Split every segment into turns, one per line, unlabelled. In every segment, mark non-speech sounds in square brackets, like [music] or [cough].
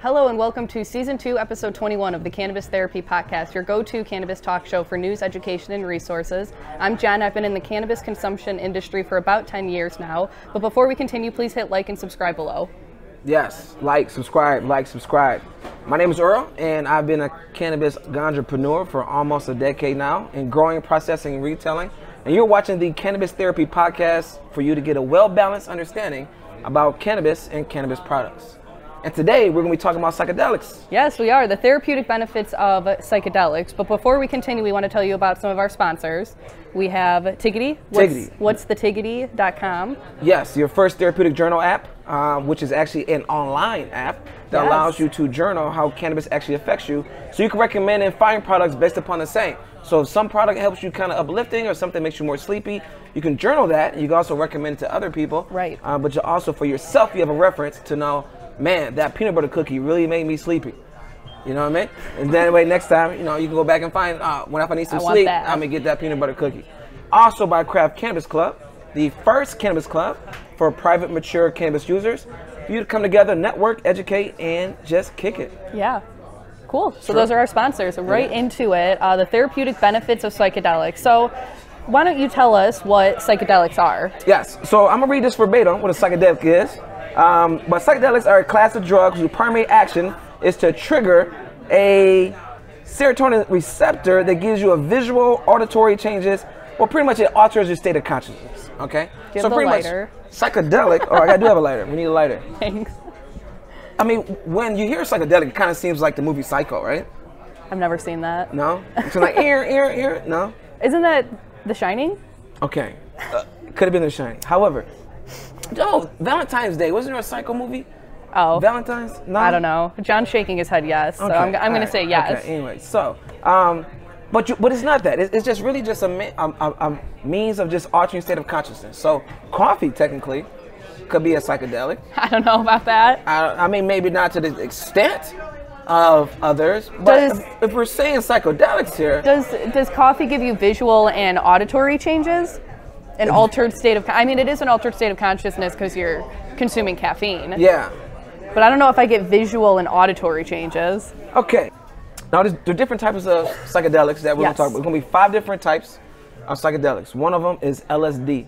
Hello and welcome to Season 2, Episode 21 of the Cannabis Therapy Podcast, your go to cannabis talk show for news, education, and resources. I'm Jen. I've been in the cannabis consumption industry for about 10 years now. But before we continue, please hit like and subscribe below.
Yes, like, subscribe, like, subscribe. My name is Earl, and I've been a cannabis entrepreneur for almost a decade now in growing, processing, and retailing. And you're watching the Cannabis Therapy Podcast for you to get a well balanced understanding about cannabis and cannabis products. And today we're going to be talking about psychedelics.
Yes, we are. The therapeutic benefits of psychedelics. But before we continue, we want to tell you about some of our sponsors. We have Tiggity. What's,
Tiggity.
What's the Tiggity.com.
Yes, your first therapeutic journal app, uh, which is actually an online app that
Yes.
allows you to journal how cannabis actually affects you. So you can recommend and find products based upon the same. So if some product helps you kind of uplifting or something makes you more sleepy, you can journal that. You can also recommend it to other people.
Right.
Uh, but you also for yourself, you have a reference to know, man, that peanut butter cookie really made me sleepy. You know what I mean? And then way next time, you know, you can go back and find uh, when if I need some
I want
sleep,
that.
I'm gonna get that peanut butter cookie. Also by Craft Cannabis Club, the first cannabis club for private mature cannabis users. For you to come together, network, educate, and just kick it.
Yeah. Cool. So those are our sponsors. Right into it, uh, the therapeutic benefits of psychedelics. So why don't you tell us what psychedelics are? [laughs]
Yes. So I'm gonna read this verbatim what a psychedelic is. Um, but psychedelics are a class of drugs whose primary action is to trigger a serotonin receptor that gives you a visual, auditory changes. Well, pretty much it alters your state of consciousness. Okay.
Give the
pretty
lighter.
much psychedelic. Oh, I do have a lighter. We need a lighter.
Thanks.
I mean, when you hear psychedelic, it kind of seems like the movie Psycho, right?
I've never seen that.
No. It's like ear, ear, ear. No.
Isn't that The Shining?
Okay. Uh, could have been The Shining. However, no, Valentine's Day. Wasn't there a psycho movie?
Oh,
Valentine's? No.
I don't know. John's shaking his head yes, so I'm, I'm
all
going to
right.
say yes.
Okay, anyway, so, um, but you, but it's not that. It's, it's just really just a, me- a, a, a means of just altering state of consciousness. So, coffee technically could be a psychedelic.
[laughs] I don't know about that.
I, I mean, maybe not to the extent of others, but
Does-
if, if we're saying psychedelics here,
Does does coffee give you visual and auditory changes? An altered state of I mean it is an altered state of consciousness because you're consuming caffeine.
yeah.
But I don't know if I get visual and auditory changes.
Okay. Now, there's, there are different types of psychedelics that we're
Yes.
gonna talk about. There's gonna be five different types of psychedelics. One of them is LSD.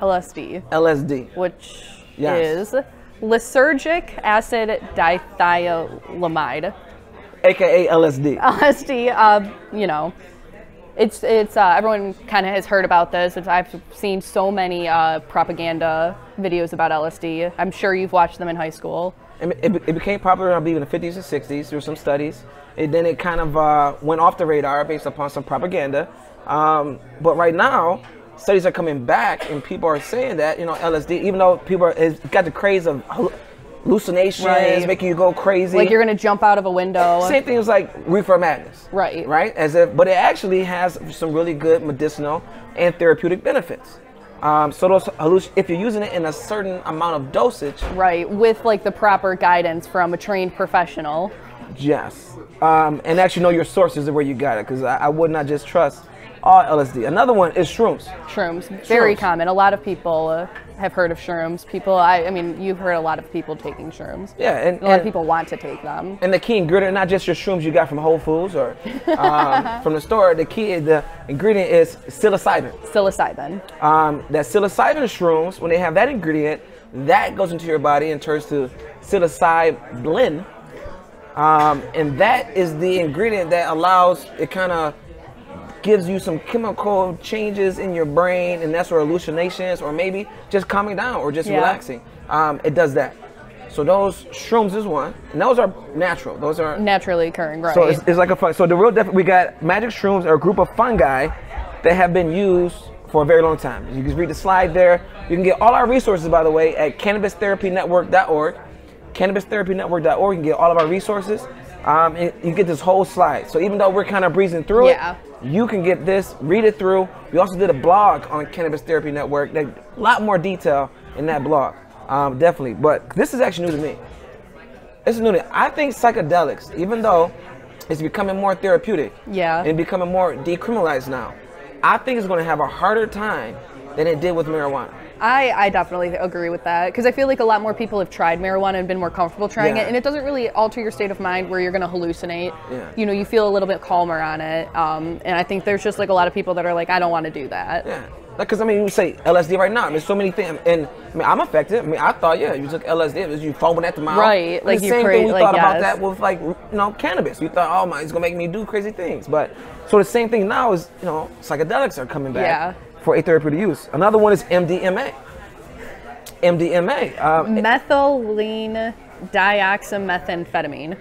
LSD,
LSD.
which
Yes.
is lysergic acid dithiolamide. [laughs]
aka LSD.
LSD, uh, you know, it's it's uh, everyone kind of has heard about this. It's, I've seen so many uh, propaganda videos about LSD. I'm sure you've watched them in high school.
It, it- it became popular, I believe, in the 50s and 60s through some studies. And then it kind of uh, went off the radar based upon some propaganda. Um, but right now, studies are coming back, and people are saying that you know LSD, even though people are, it's got the craze of hallu- hallucinations,
Right.
making you go crazy.
Like you're gonna jump out of a window.
Same thing as like reefer madness.
Right.
Right. As if, but it actually has some really good medicinal and therapeutic benefits. Um, so those halluc- if you're using it in a certain amount of dosage,
Right, with like the proper guidance from a trained professional.
yes. Um, and actually know your sources of where you got it, because I, I would not just trust all LSD. Another one is shrooms.
Shrooms, very
Shrooms.
common. A lot of people uh, have heard of shrooms. People, I, I mean, you've heard a lot of people taking shrooms.
Yeah, and,
A lot of
and-
people want to take them.
And the key ingredient, not just your shrooms you got from Whole
[laughs]
Foods or um, from the store. The key, the ingredient is psilocybin.
Psilocybin.
um, that psilocybin shrooms, when they have that ingredient, that goes into your body and turns to psilocybin. Um, and that is the ingredient that allows it kind of gives you some chemical changes in your brain, and that's where hallucinations or maybe just calming down or just
Yeah.
relaxing. Um, it does that. So those shrooms is one, and those are natural. Those are
Naturally occurring, right?
so it's, it's like a fun. So the real def- we got magic shrooms are a group of fungi that have been used for a very long time. You can read the slide there. You can get all our resources, by the way, at cannabistherapynetwork.org. Cannabistherapynetwork.org. You can get all of our resources. Um, and you get this whole slide. So even though we're kind of breezing through
Yeah.
it, you can get this, read it through. We also did a blog on Cannabis Therapy Network. That a lot more detail in that blog, um, definitely. But this is actually new to me. It's new. to- I think psychedelics, even though it's becoming more therapeutic,
Yeah.
and becoming more decriminalized now, I think it's going to have a harder time than it did with marijuana.
I, I definitely agree with that because I feel like a lot more people have tried marijuana and been more comfortable trying
Yeah.
it, and it doesn't really alter your state of mind where you're going to hallucinate.
Yeah.
You know, you feel a little bit calmer on it, um, and I think there's just like a lot of people that are like, I don't want to do that.
Yeah. Because I mean, you say LSD right now. I mean, so many things, and I mean, I'm affected. I mean, I thought, yeah, you took LSD, it was you foaming at the mouth.
Right,
And
like
the
you
same
cra-
thing we
like,
thought about
yes.
that with like, you know, cannabis. We thought, oh my, it's gonna make me do crazy things. But so the same thing now is, you know, psychedelics are coming back
Yeah.
for a therapeutic use. Another one is MDMA. MDMA, um,
Methylene dioxymethamphetamine.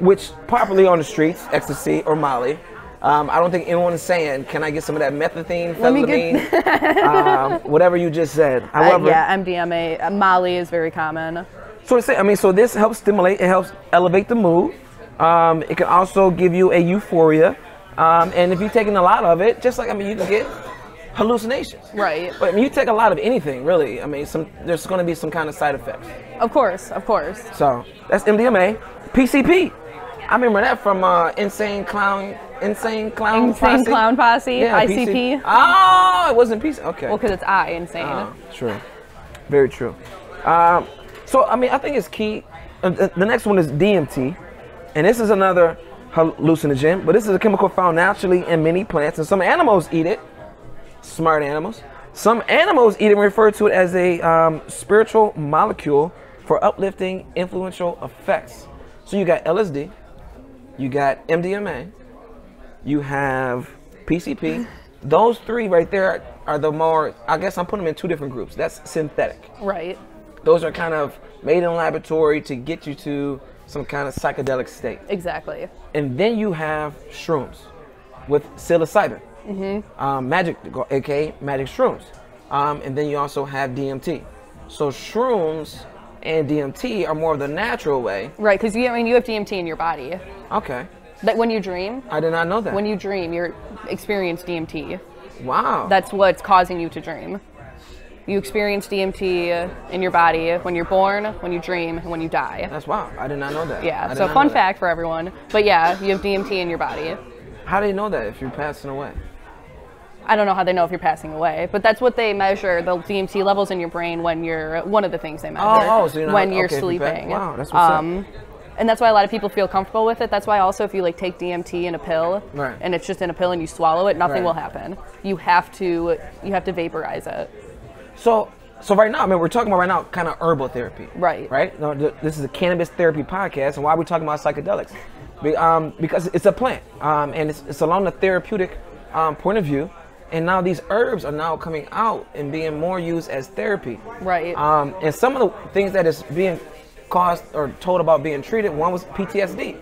which popularly on the streets, ecstasy or Molly. Um, I don't think anyone is saying, can I get some of that methadone,
Let me get- [laughs]
phenylene, um, whatever you just said.
Uh,
However,
yeah, MDMA. Uh, Molly is very common.
So to say, I mean, so this helps stimulate, it helps elevate the mood. Um, it can also give you a euphoria, um, and if you're taking a lot of it, just like I mean, you can get hallucinations.
Right.
But I mean, you take a lot of anything, really. I mean, some there's going to be some kind of side effects.
Of course, of course.
So that's MDMA, PCP. I remember that from uh, Insane Clown, Insane Clown,
Insane
Posse.
Clown Posse,
PC.
ICP.
Oh, it wasn't PC. Okay.
Well, because it's I, insane.
Uh, true. Very true. Um, so, I mean, I think it's key. Uh, The the next one is DMT, and this is another hallucinogen, but this is a chemical found naturally in many plants, and some animals eat it. Smart animals. Some animals eat it and refer to it as a um, spiritual molecule for uplifting influential effects. So, you got LSD, you got MDMA, you have PCP. Those three right there are the more, I guess I'm putting them in two different groups. That's synthetic.
Right.
Those are kind of made in laboratory to get you to some kind of psychedelic state.
Exactly.
And then you have shrooms with psilocybin,
Mm-hmm.
um, magic, aka magic shrooms. Um, and then you also have DMT. So shrooms and DMT are more of the natural way.
Right, because you, I mean, you have DMT in your body.
Okay,
That when you dream,
I did not know that.
when you dream, you experience DMT.
wow,
That's what's causing you to dream. You experience DMT in your body when you're born, when you dream, and when you die.
that's wow. I did not know that. I
Yeah.
did
So
not
fun
know that.
fact for everyone. But yeah, you have DMT in your body.
How do you know that if you're passing away?
I don't know how they know if you're passing away, but that's what they measure the DMT levels in your brain when you're one of the things they measure
Oh, oh, so you're not-
when you're
okay, if you're back-
sleeping. Um,
wow, that's what's up.
And that's why a lot of people feel comfortable with it. That's why also if you like take DMT in a pill
Right.
and it's just in a pill and you swallow it, nothing
Right.
will happen. You have to you have to vaporize it.
So, so right now, I mean, we're talking about right now kind of herbal therapy.
Right.
Right. No, th- this is a cannabis therapy podcast, and why are we talking about psychedelics? Be- um, because it's a plant, um, and it's, it's along the therapeutic um, point of view, and now these herbs are now coming out and being more used as therapy.
Right.
Um, and some of the things that is being caused or told about being treated, one was PTSD.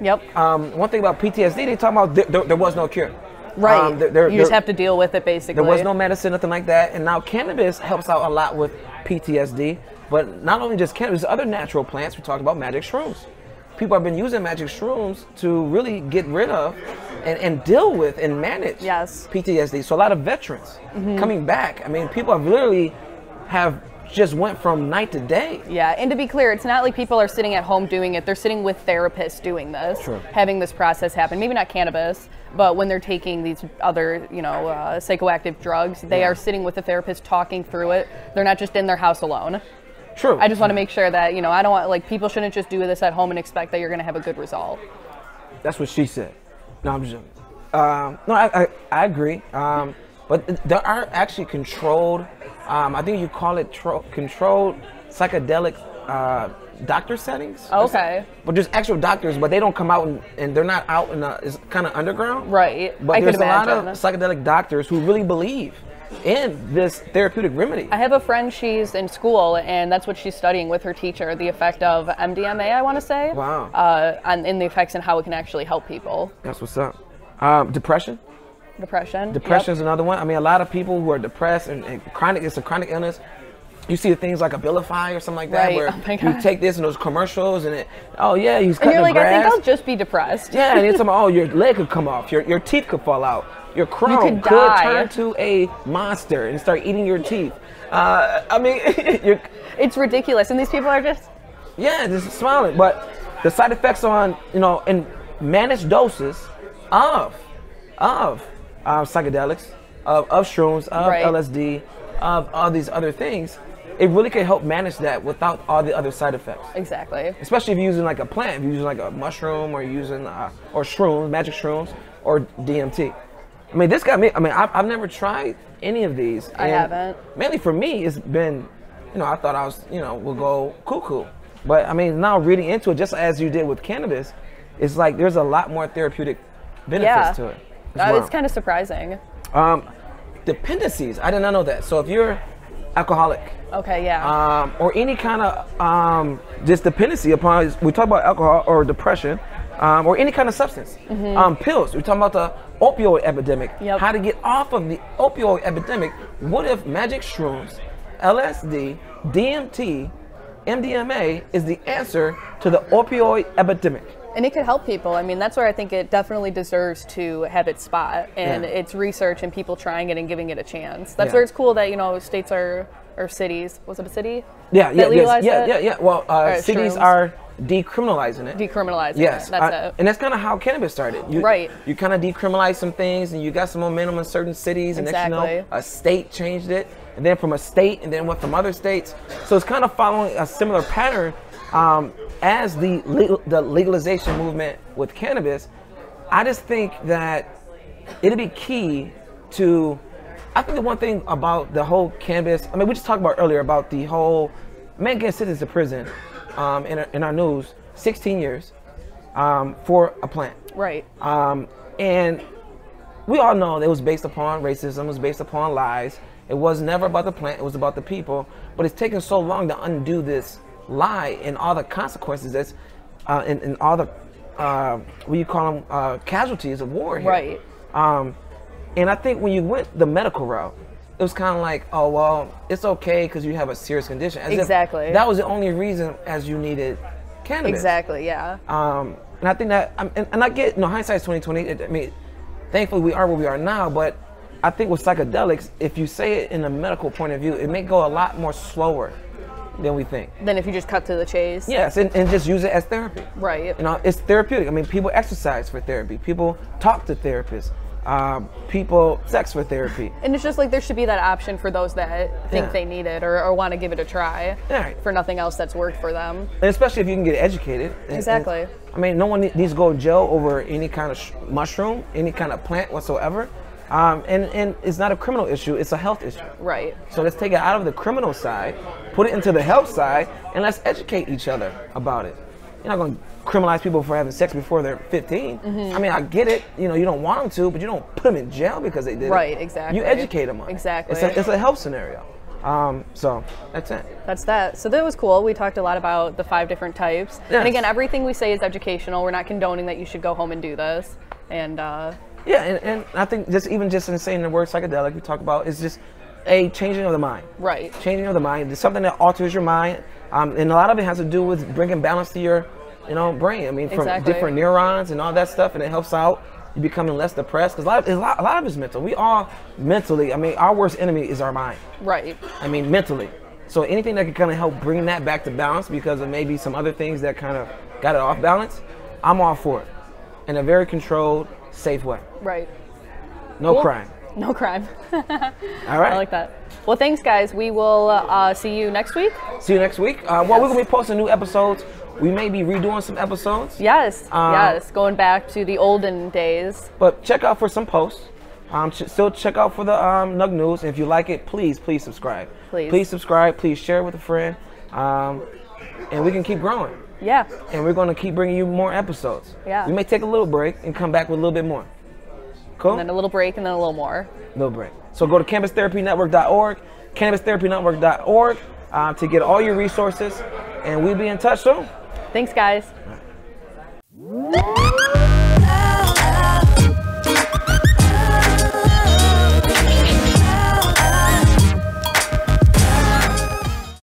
yep.
Um, one thing about PTSD, they talk about th- there, there was no cure.
right.
Um, there- there-
you just
there-
have to deal with it basically.
there was no medicine, nothing like that. And now cannabis helps out a lot with PTSD. But not only just cannabis, other natural plants. We talked about magic shrooms. People have been using magic shrooms to really get rid of and, and deal with and manage
Yes. Mm-hmm.
PTSD. So a lot of veterans coming back. I mean, people have literally have just went from night to day.
Yeah, and to be clear, it's not like people are sitting at home doing it. They're sitting with therapists doing this,
Sure.
having this process happen. Maybe not cannabis, but when they're taking these other, you know, uh, psychoactive drugs, they
Yeah.
are sitting with the therapist talking through it. They're not just in their house alone.
True.
I just want to make sure that, you know, I don't want, like, people shouldn't just do this at home and expect that you're going to have a good result.
That's what she said. No, I'm just. Um, no, I, I, I agree. Um, but th- there are actually controlled. Um, I think you call it tro- controlled psychedelic uh, doctor settings.
Oh, Okay.
But there's actual doctors, but they don't come out and, and they're not out in the. It's kind of underground.
Right.
But
I could
there's a lot of
imagine.
psychedelic doctors who really believe in this therapeutic remedy.
I have a friend, she's in school, and that's what she's studying with her teacher the effect of MDMA, I want to say.
Wow.
Uh, and, and the effects and how it can actually help people.
That's what's up. Um, depression.
Depression. yep.
Depression is another one. I mean, a lot of people who are depressed and, and chronic, it's a chronic illness. You see things like Abilify or something like that,
Right.
where
[laughs] Oh my
you
God.
take this in those commercials, and it, oh yeah, he's
And
cutting
you're like,
the grass.
I think I'll just be depressed.
[laughs] yeah, and it's talking about, oh, your leg could come off, your, your teeth could fall out, your crown
could die.
turn to a monster and start eating your teeth. Uh, I mean, [laughs] you're,
It's ridiculous. And these people are just,
yeah, just smiling. But the side effects on you know in managed doses of of uh, psychedelics, of, of shrooms, of
Right.
LSD, of all these other things, it really can help manage that without all the other side effects.
Exactly.
Especially if you're using like a plant, if you're using like a mushroom or using uh, or shrooms, magic shrooms or DMT. I mean, this got me. I mean, I've, I've never tried any of these.
I
and
haven't.
Mainly for me, it's been, you know, I thought I was, you know, will go cuckoo. But I mean, now reading into it, just as you did with cannabis, it's like there's a lot more therapeutic benefits
Yeah.
to it.
Uh,
wild.
it's kind of surprising.
Um, dependencies. I did not know that. So if you're alcoholic
Okay, yeah.
um, or any kind of um, just dependency upon, we talk about alcohol or depression um, or any kind of substance. Um, pills. We're talking about the opioid epidemic.
Mm-hmm. Yep.
How to get off of the opioid epidemic. What if magic shrooms, LSD, DMT, MDMA is the answer to the opioid epidemic?
and it could help people. I mean, that's where I think it definitely deserves to have its spot and
Yeah.
its research and people trying it and giving it a chance. That's
Yeah.
where it's cool that, you know, states are, or cities, was it a city?
Yeah,
That
yeah, yes,
legalized
yeah,
it?
yeah, yeah. Well, uh,
Or
cities
shrooms.
are decriminalizing it.
Decriminalizing
Yes,
it. That's
I-
it.
and that's kind of how cannabis started. You,
Right.
You kind of decriminalized some things, and you got some momentum in certain cities, and next you know,
Exactly.
a state changed it, and then from a state, and then went from other states. So it's kind of following a similar pattern um, as the legal, the legalization movement with cannabis. I just think that it'll be key to. I think the one thing about the whole cannabis. I mean, we just talked about earlier about the whole man getting sentenced to prison um, in, our, in our news, 16 years um, for a plant.
right.
Um, and we all know that it was based upon racism, it was based upon lies. It was never about the plant, it was about the people. But it's taken so long to undo this lie and all the consequences that's, uh, and, and all the, uh, what you call them, uh, casualties of war here.
Right.
Um, and I think when you went the medical route, it was kind of like, oh, well, it's okay because you have a serious condition. As if
Exactly.
that was the only reason as you needed cannabis.
Exactly, yeah.
Um, and I think that, um, and, and I get, no, hindsight's twenty twenty. I mean, thankfully we are where we are now, but I think with psychedelics, if you say it in a medical point of view, it may go a lot more slower than we think.
then if you just cut to the chase.
Yes, and, and just use it as therapy.
Right.
You know, it's therapeutic. I mean, people exercise for therapy. People talk to therapists. Um, people sex for therapy.
And it's just like there should be that option for those that think
Yeah.
they need it or, or want to give it a try
Right.
for nothing else that's worked for them.
And especially if you can get educated. And- and-
Exactly.
I mean, no one ne- needs to go to jail over any kind of sh- mushroom, any kind of plant whatsoever. Um, and, and it's not a criminal issue, it's a health issue.
Right.
So let's take it out of the criminal side, put it into the health side, and let's educate each other about it. You're not going to criminalize people for having sex before they're 15.
Mm-hmm.
I mean, I get it. You know, you don't want them to, but you don't put them in jail because they did it.
Right, exactly.
You educate them on it.
Exactly.
It's a, it's a health scenario. Um, so that's it.
That's that. So that was cool. We talked a lot about the five different types.
Yes.
And again, everything we say is educational. We're not condoning that you should go home and do this. And uh,
Yeah, and, and I think just even just in saying the word psychedelic, we talk about it's just a changing of the mind.
right.
Changing of the mind. It's something that alters your mind, um, and a lot of it has to do with bringing balance to your, you know, brain. I mean, from
Exactly.
different neurons and all that stuff, and it helps out you becoming less depressed because a lot, of, a lot, a lot of it's mental. We all mentally. I mean, our worst enemy is our mind.
Right.
I mean, mentally. So anything that can kind of help bring that back to balance because of maybe some other things that kind of got it off balance, I'm all for it, in a very controlled, safe way.
Right.
No
Cool.
crime.
No crime. [laughs]
All right.
I like that. Well, thanks, guys. We will uh, see you next week.
See you next week. Uh, well, we're gonna be posting new episodes. We may be redoing some episodes.
Yes.
Uh,
yes. Going back to the olden days.
But check out for some posts. Um, ch- still check out for the um, Nug News. And if you like it, please, please subscribe.
Please.
Please subscribe. Please share with a friend. Um, and we can keep growing.
Yeah.
And we're gonna keep bringing you more episodes.
Yeah.
We may take a little break and come back with a little bit more. Cool.
And then a little break and then a little more.
little break. So go to cannabistherapynetwork.org, cannabistherapynetwork.org uh, to get all your resources. And we'll be in touch soon.
Thanks, guys.
Thank you.